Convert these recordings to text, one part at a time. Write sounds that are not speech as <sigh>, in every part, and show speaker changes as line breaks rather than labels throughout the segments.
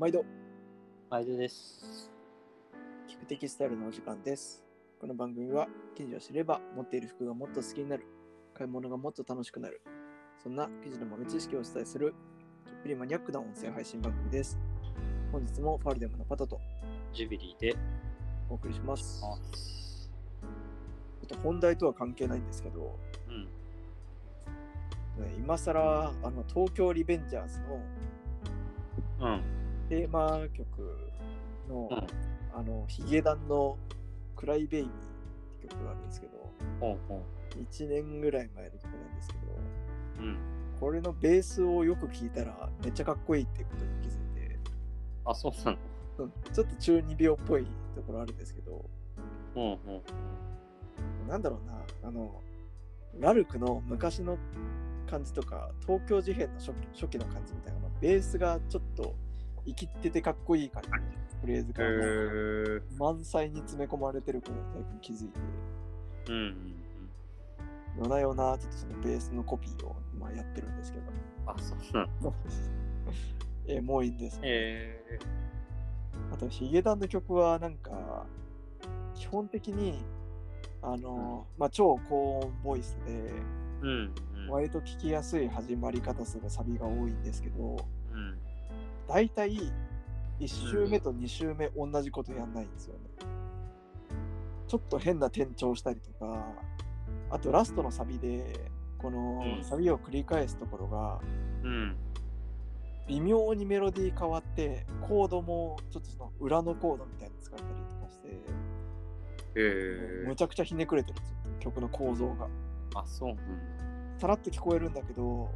毎度、
毎度です。
聞くテキスタイルのお時間です。この番組は、記事を知れば、持っている服がもっと好きになる、買い物がもっと楽しくなる、そんな記事の豆知識をお伝えする、ちょっぴりマニアックな音声配信番組です。本日もファルデムのパタと
ジュビリーで。
お送りします。ちょ
あ
っと本題とは関係ないんですけど、
うん。
ね今更、あの、東京リベンジャーズの
うん。
テーマ曲の、
うん
あの、ヒゲダンのクライベイビーって曲があるんですけど、
ほうほ
1年ぐらい前の曲なんですけど、
う。うん。
これのベースをよく聞いたらめっちゃかっこいいってことに気づいて、
あ、そうなの。
うんちょっと中二病っぽいところあるんですけど、
ほうほう。
なんだろうな、あの、ラルクの昔の感じとか、東京事変の初初期の感じみたいなの、ベースがちょっと生きててかっこいい感じのフレーズ
へー。
が満載に詰め込まれてることに最近気づいて、
うんうん。
夜な夜なちょっとそのベースのコピーを今やってるんですけど、
あ、そうなの。
えもういいんです。
へえ。
あとヒゲダンの曲はなんか基本的にあの、まあ、超高音ボイスで
うんうん。
割と聞きやすい始まり方するサビが多いんですけど
うん。
大体1周目と2周目同じことやんないんですよね。ちょっと変な転調したりとかあとラストのサビでこ
う
の
ん
サビを繰り返すところが
うん。
微妙にメロディー変わってコードもちょっとその裏のコードみたいに使ったりとかして。
へえ
む。ちゃくちゃひねくれてるんですよ曲の構造が
あ、そうなの。
さらっと聞こえるんだけど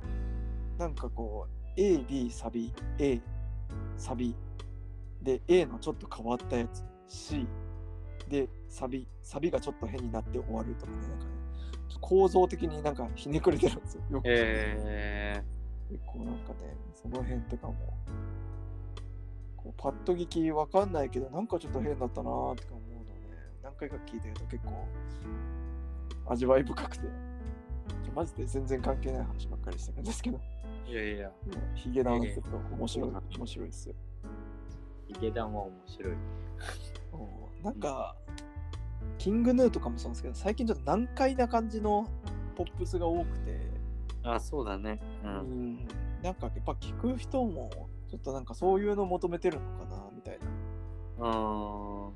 なんかこう AB サビ A サビで A のちょっと変わったやつ C でサビサビがちょっと変になって終わるとかねなんかねちょっと構造的になんかひねくれてるんですよよく聞いて
へえ。
結構なんかねその辺とかもこうパッと聞きわかんないけどなんかちょっと変だったなーとか思うので何回か聞いてると結構味わい深くてマジで全然関係ない話ばっかりしてるんですけど
いやいや。
ヒゲダンは結構面白い
ええ
面白いですよ
ヒゲダンは面白い。
そうなんかキングヌーとかもそうなんですけど最近ちょっと難解な感じのポップスが多くて
あ、そうだね。う。
うんんなんかやっぱ聞く人もちょっとなんかそういうの求めてるのかなみたいな
あ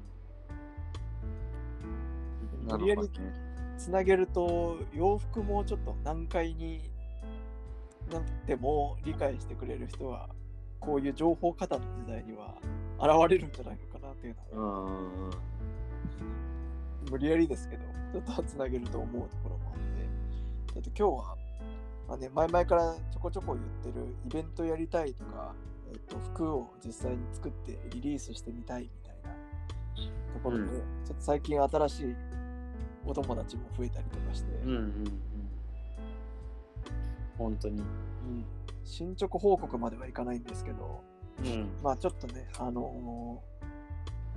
ーな
無理や
る
り
ほどね。
つなげると洋服もちょっと難解になっても理解してくれる人はこういう情報過多の時代には現れるんじゃないのかなっていう
う
の
ん
は
うん。
無理やりですけどちょっとつなげると思うところもあってちょっと今日は、まあね、前々からちょこちょこ言ってるイベントやりたいとか、えっと服を実際に作ってリリースしてみたいみたいなところで、
う
ちょっと最近新しいお友達も増えたりとかして。
うんうんうん。本当に。
うん進捗報告まではいかないんですけど、
うん。
まあちょっとね、あの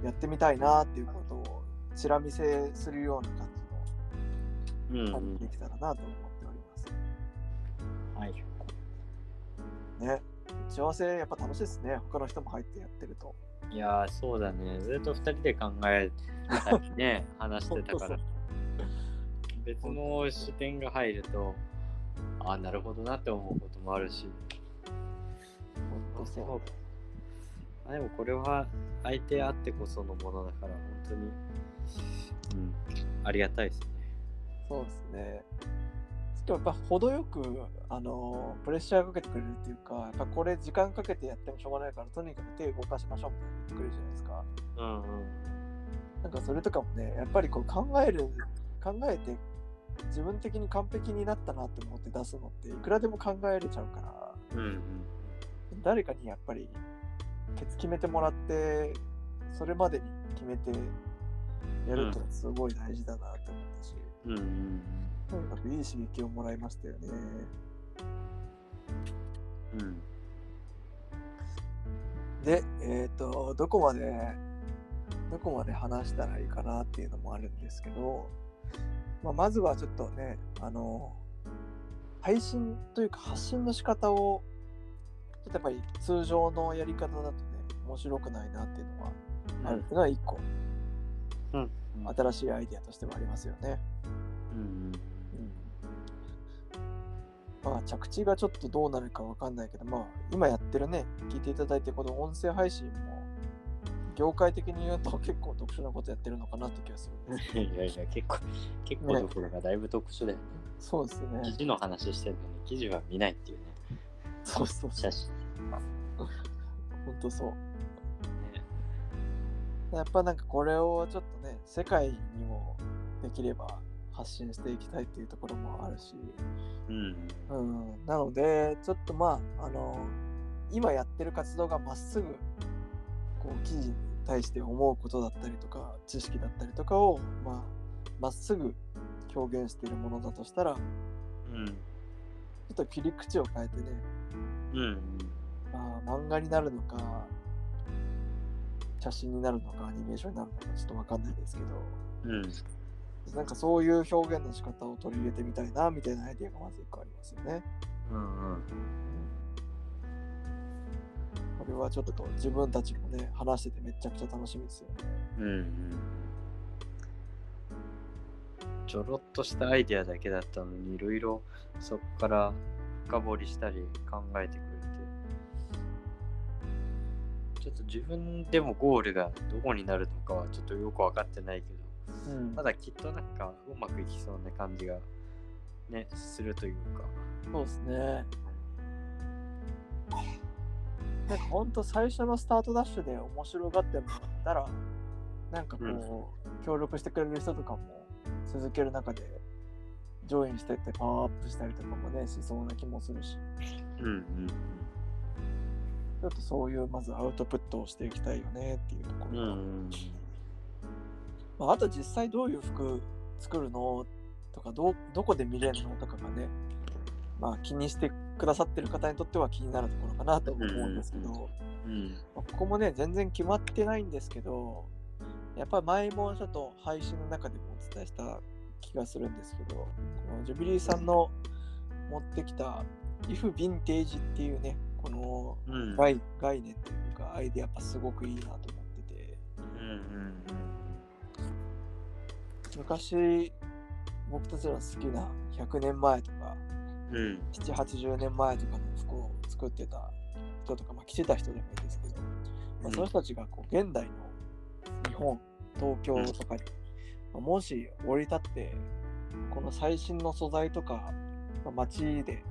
ーやってみたいなっていうことをちら見せするような感
うんう
じの旅にで
ん。
きたらなと思っており
は
ます。
い。
ね、打ち合わせやっぱ楽しいですね。他の人も入ってやってると。
いやーそうだねずっと2人で考えたり <laughs> ね話してたから
本
別の視点が入るとああなるほどなって思うこともあるし
本当そう。
あでもこれは相手あってこそのものだから本当に、うん、ありがたいですね
そうですね。しかもやっぱ程よく、あのープレッシャーかけてくれるっていうか、やっぱこれ時間かけてやってもしょうがないから、とにかく手動かしましょうみたいな言ってくれるじゃないですか。
うんうん
なんかそれとかもね、やっぱりこう考える、考えて、自分的に完璧になったなって思って出すのって、いくらでも考えれちゃうから、
うん
誰かにやっぱり、ケツ決めてもらって、それまでに決めてやるってのはすごい大事だなって思ったし、
うんうんうん
とにかくいい刺激をもらいましたよね。
うん
で、えっ、と、どこまで、どこまで話したらいいかなっていうのもあるんですけど、まあ、まずはちょっとね、あの、配信というか発信の仕方を、ちょっとやっぱり通常のやり方だとね、面白くないなっていうのは
うん
あるっていうのは一個、
うん
新しいアイデアとしてはありますよね。
うん
まあ着地がちょっとどうなるかわかんないけど、まあ今やってるね、聞いていただいてるこの音声配信も、業界的に言うと <laughs> 結構特殊なことやってるのかなって気がする。
いやいやいや、結構、結構どころがだいぶ特殊だよね。
そうですね。
<laughs> 記事の話してるのに記事は見ないっていうね。
そうそうそ
写
う。
真。
本当そう。
ね
やっぱなんかこれをちょっとね、世界にもできれば発信していきたいっていうところもあるし、
うん。
うん、なので、ちょっとまあ、あの、今やってる活動がまっすぐ、こう、記事に対して思うことだったりとか、知識だったりとかを、まあ、まっすぐ表現しているものだとしたら、ちょ
うん。
っと切り口を変えてね、
うん。
まあ、漫画になるのか、写真になるのか、アニメーションになるのか、ちょっとわかんないですけど、
うん。
なんかそういう表現の仕方を取り入れてみたいなみたいなアイデアがまず一個ありますよね。
うん。うん。
これはちょっと自分たちもね話しててめちゃくちゃ楽しみですよね。
うんうんちょろっとしたアイデアだけだったのにいろいろそこから深掘りしたり考えてくれてちょっと自分でもゴールがどこになるのかはちょっとよく分かってないけど
うん
まだきっとなんかうまくいきそうな感じがねするというか
そうですね。なんかほんと最初のスタートダッシュで面白がってもらったらなんかこう、協力してくれる人とかも続ける中で上位にしてってパワーアップしたりとかもねしそうな気もするし
うんうん
ちょっとそういうまずアウトプットをしていきたいよねっていうところ
うん
が。
うん
まあ、あと実際どういう服作るのとかどうどこで見れるのとかがね、まあ、気にしてくださってる方にとっては気になるところかなと思うんですけ
う
ど、
ん
ま
うん
あここもね全然決まってないんですけどやっぱり前もちょっと配信の中でもお伝えした気がするんですけどこのジュビリーさんの持ってきた「IF ヴィンテージ」っていうねこの
うん
概概念というかアイデアやっぱすごくいいなと思ってて。
うんうん
昔僕たちの好きな100年前とか
うん
780年前とかの服を作ってた人とか、まあ、着てた人でもいいですけど、まあ、その人たちがこう現代の日本東京とかに、まあもし降り立ってこの最新の素材とか、まあ、街で、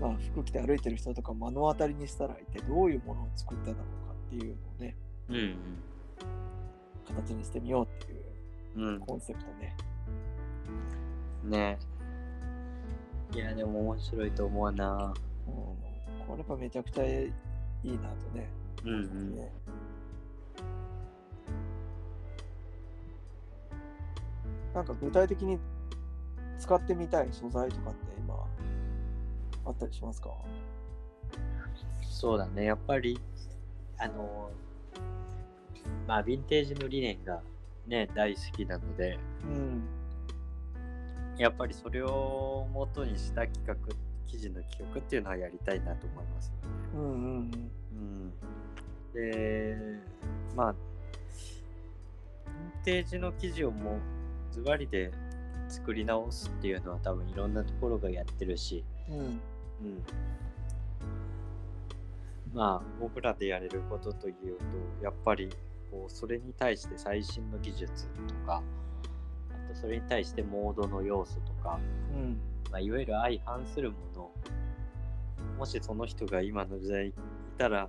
まあ、服着て歩いてる人とかを目の当たりにしたら一体どういうものを作っただろうかっていうのをね
うんうん
形にしてみようっていう
うん
コンセプトね。
ねいやでも面白いと思うな
うん、これやっぱめちゃくちゃいいなとね。
うんうん
ねなんか具体的に使ってみたい素材とかって今あったりしますか
そうだねやっぱりあのまあヴィンテージの理念がね大好きなので
うん。
やっぱりそれを元にした企画記事の企画っていうのはやりたいなと思いますよね
うんうんうん。
うんでまあヴィンテージの生地をもうズバリで作り直すっていうのは多分いろんなところがやってるし、
うん、
うん、まあ僕らでやれることというとやっぱりこうそれに対して最新の技術とかあとそれに対してモードの要素とか、
うん、
まあ、いわゆる相反するものをもしその人が今の時代いたら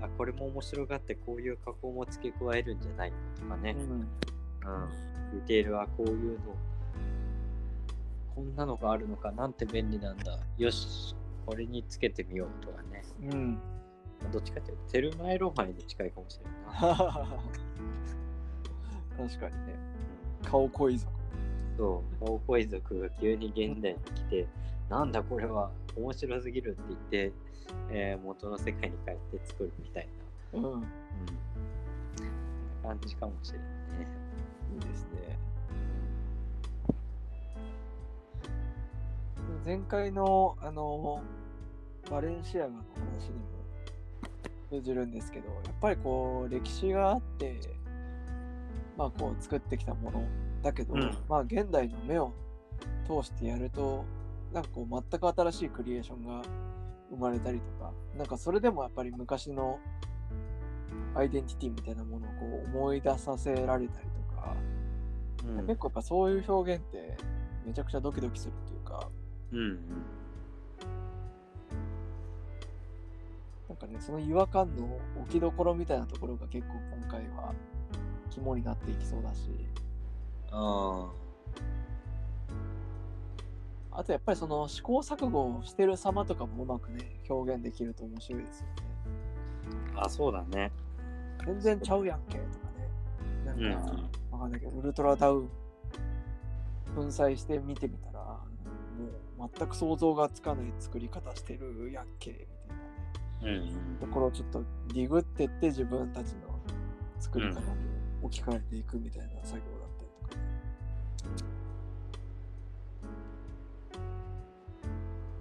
あこれも面白がってこういう加工も付け加えるんじゃないかとかね、
うん、
うん、ディテールはこういうのこんなのがあるのかなんて便利なんだよしこれにつけてみようとかね
うん。 <laughs>
どっちかっていうとテルマエロマエに近いかもしれないな
確かにね。顔濃いぞ。
そう高校遺族が急に現代に来てなんだこれは面白すぎるって言って、えー元の世界に帰って作るみたい
うん。
な、そんな感じかもしれないね
いいですね。前回のあのバレンシアガの話にも通じるんですけどやっぱりこう歴史があってまあこう作ってきたものだけど、
うん
まあ現代の目を通してやるとなんかこう全く新しいクリエーションが生まれたりとかなんかそれでもやっぱり昔のアイデンティティみたいなものをこう思い出させられたりとか、
うん
結構やっぱそういう表現ってめちゃくちゃドキドキするっていうか
うんうん
なんかね、その違和感の置きどころみたいなところが結構今回は肝になっていきそうだし、
あ
あとやっぱりその試行錯誤をしてる様とかもうまくね、表現できると面白いですよね。
ーあそうだね
全然ちゃうやんけとかね、なんか、わかんないけど、ウルトラダウン粉砕して見てみたら、もう全く想像がつかない作り方してるやんけみたいなね。
うんうん
ところをちょっとディグってって自分たちの作り方に置き換えていくみたいな作業だったりとか、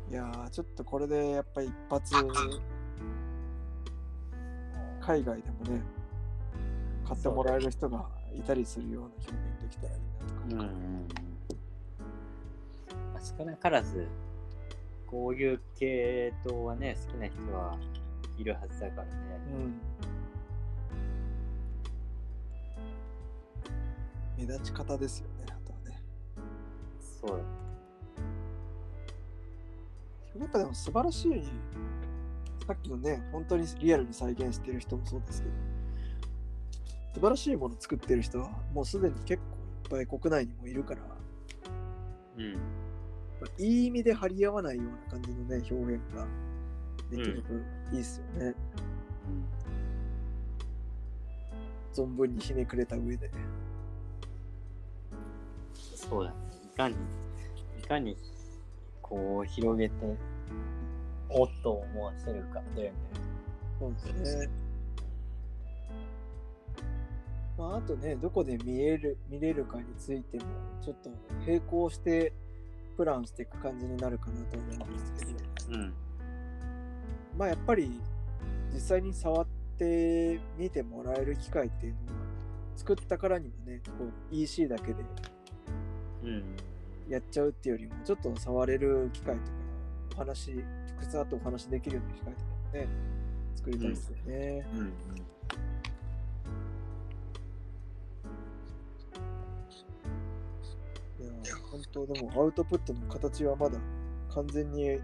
いやーちょっとこれでやっぱり一発海外でもね買ってもらえる人がいたりするような表現できたらいいなとか、
うんうんうんまあ少なからずこういう系統はね好きな人はいるはずだからね
うん目立ち方ですよねあとはね
そう
やっぱでも素晴らしい、さっきのね、本当にリアルに再現してる人もそうですけど、素晴らしいもの作ってる人は、もうすでに結構いっぱい国内にもいるから、ま
うん
あいい意味で張り合わないような感じのね、表現ができるといいですよね。
うん
存分にひねくれた上で。
そうだね。いかに、いかに、こう、広げて、おっと思わせるかだよね。
そうですね。まあ、あとね、どこで見える見れるかについても、ちょっと並行してプランしていく感じになるかなと思うんですけど、
うん。
まあやっぱり実際に触って見てもらえる機会っていうのは、作ったからにもね、こう EC だけで
うん。
やっちゃうっていうよりも、ちょっと触れる機会とか、お話、直接会ってお話できるような機会とかもね、作りたいですよね。
うん。
いや本当でもアウトプットの形はまだ完全に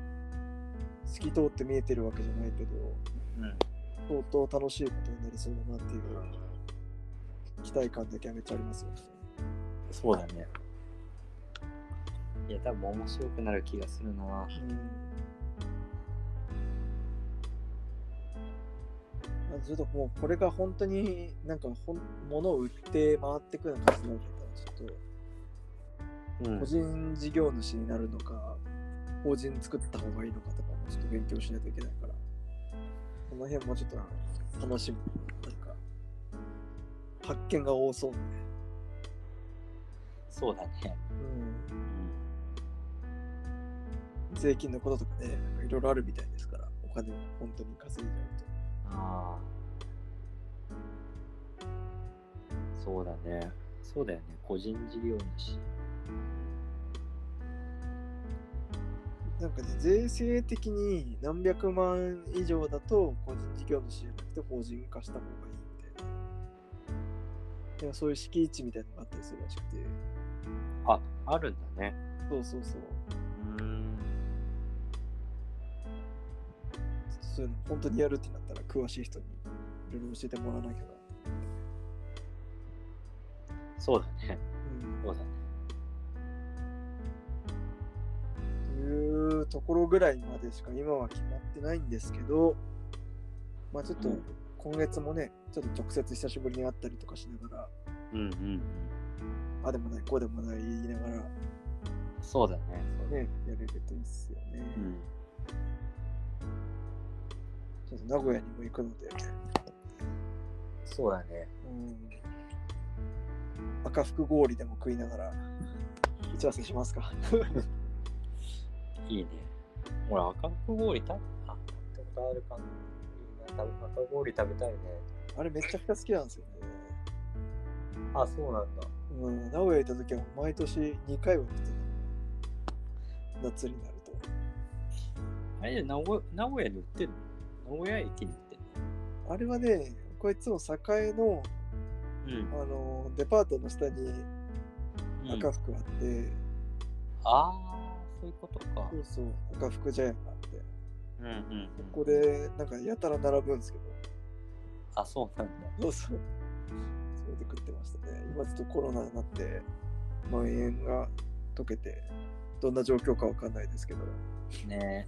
透き通って見えてるわけじゃないけど
うん。
相当楽しいことになりそうだなっていう期待感だけはめっちゃありますよね。
そうだね。いや、多分面白くなる気がするのは。
うんあちょっともうこれが本当になんかほん物を売って回ってくような感じになるからちょっと
う
個人事業主になるのか、法人作った方がいいのかとかもちょっと勉強しないといけないから、この辺もちょっと楽しみ。なんか、発見が多そうね。
そうだね。
うん。
うん。
税金のこととかね、なんかいろいろあるみたいですから、お金を本当に稼いじゃうと。
ああ。そうだね。そうだよね。個人事業主。
なんかね、税制的に何百万以上だと個人事業主じゃなくて法人化した方がいいみたいな。でもそういう敷地みたいなのがあったりするらしくて。
あ、あるんだね。
そうそうそう。
うん。
そういうの本当にやるってなったら詳しい人にいろいろ教えてもらわなきゃな。
そうだね。
うん
そうだね。
というところぐらいまでしか今は決まってないんですけど、まあちょっと
うん
今月もね、ちょっと直接久しぶりに会ったりとかしながら、
うんうんうん。
あでもない、こうでもない言いながらね、
そうだね。そうだね
やれるといいっすよね。
うん。
ちょっと名古屋にも行くので、
そうだね。
うん、赤福氷でも食いながら、打ち合わせします
<laughs>
か。
いいね。ほら、赤く氷食べあ、食べたことあるかな。いいな。多分か氷食べたいね。
あれめちゃくちゃ好きなんですよね。
あ、そうなんだ。
うん、名古屋行った時は毎年2回は食ってた。夏になると。
あれ、名古名古屋に売ってるの名古屋駅に売って
あれはね、これいつも栄の、
る
あのデパートの下に
うん。
赤福あって、
ああ、そういうことか。
そうそう、赤福茶屋があって、
うんうんうん。
ここでなんかやたら並ぶんですけど、
あ、そうなんだ。
そうそう。それで食ってましたね。今ちょっとコロナになって、まん延が解けて、どんな状況かわかんないですけど、
ね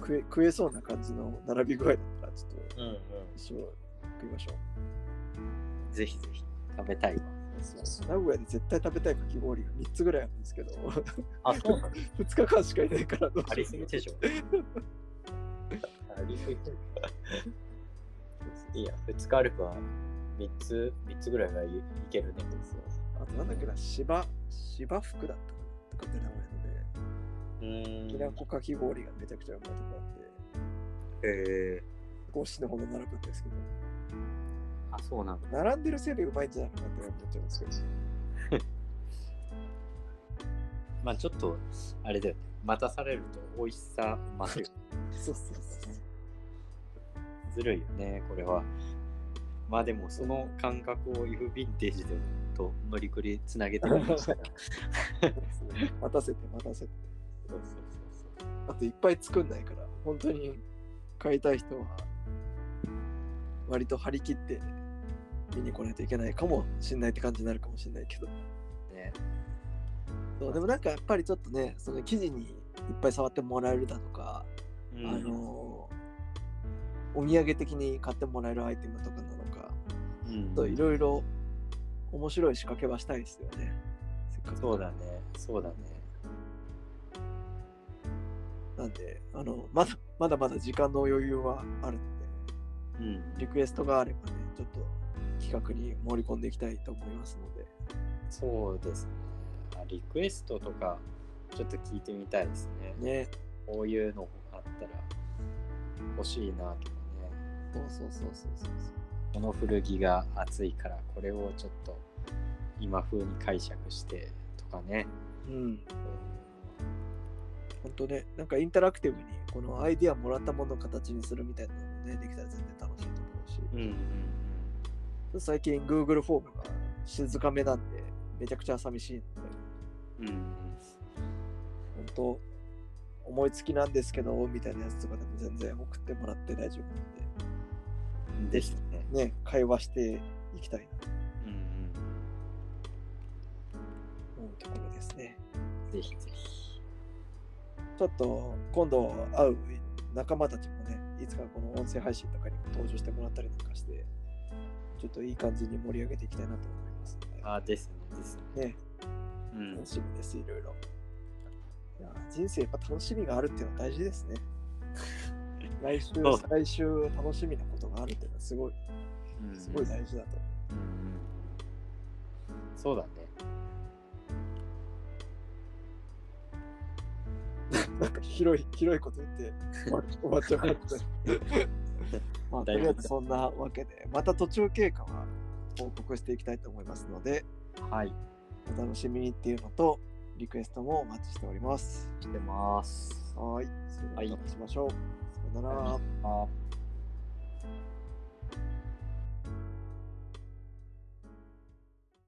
食え食えそうな感じの並び具合だったら、ちょっと
うんうん。
一緒食いましょう。
ぜひぜひ食べたいわ。
名古屋で絶対食べたいかき氷が3つぐらいあるんですけど、 <laughs>
あ、そうなんだ。
2日間しかいないからどう
あ
し
り
よう
すぎでしょ。ありすぎ。いいや、2日あれば3つ、3つぐらいはいいけるね。
あとなんだっけな、芝、芝服だったかなとかって名前のね、
うーん。
きなこかき氷がめちゃくちゃうまいとこあって、
え
5品ほど並ぶんですけど、
ー、あ、そうなんだ。
並んでるせいでうまいんじゃないかなって思っちゃうんですけど。
まあちょっと、あれだよね。待たされると美味しさ増すよ。
そうそうそう。
ずるいよね、これは。まあでも、その感覚を F ヴィンテージでもと乗りくりつなげてもらいましたから。
待たせて待たせて。
<laughs> そうそうそうそう。
あといっぱい作んないから、本当に買いたい人は、割と張り切って見に来ないといけないかもしんないって感じになるかもしんないけど。
ね、
そうでもなんかやっぱりちょっとね、その記事にいっぱい触ってもらえるだとか、
うん
あのお土産的に買ってもらえるアイテムとかなのか、
うん
といろいろ面白い仕掛けはしたいですよね。せっかく
そうだね、そうだね。
なんで、あの、まだまだまだ時間の余裕はあるの
うん。
で、リクエストがあればね、ちょっと企画に盛り込んでいきたいと思いますので、
そうですね。あリクエストとか、ちょっと聞いてみたいですね。
ね、
こういうのあったら欲しいなとかね。
そうそうそうそうそうそう。
この古着が熱いから、これをちょっと今風に解釈してとかね。
うん、本当ね、なんかインタラクティブに、このアイディアもらったものを形にするみたいなのもね、できたら全然楽しいと思うし、
うんうん
最近 Google フォームが静かめなんで、めちゃくちゃ寂しいので、
うん。うん
本当思いつきなんですけど、みたいなやつとかでも全然送ってもらって大丈夫なんで。
うん。でしたね。
ね、会話していきたいな
うん
と思うところですね。
うん。ぜひぜひ。
ちょっと今度会う仲間たちもね、いつかこの音声配信とかにも登場してもらったりとかして、ちょっといい感じに盛り上げていきたいなと思いますの
あ、ですね、です
で、ね、
ね。うん
楽。しみです、いろいろ。いや人生やっぱ楽しみがあるっていうのは大事
<laughs>
ですね。来週、
そう
来週楽しみなことがあるっていうのはすごい、
うん
すごい大事だと思う。
うんそうだね。
なんか広い、広いこと言
<laughs>
って終わ終わっちゃうかった。まあ、とりあえずそんなわけで、また途中経過は報告していきたいと思いますので、
はい、
お楽しみにっていうのと、リクエストもお待ちしております。
してます。
はーい。それではお会いしましょう。さよなら。
あ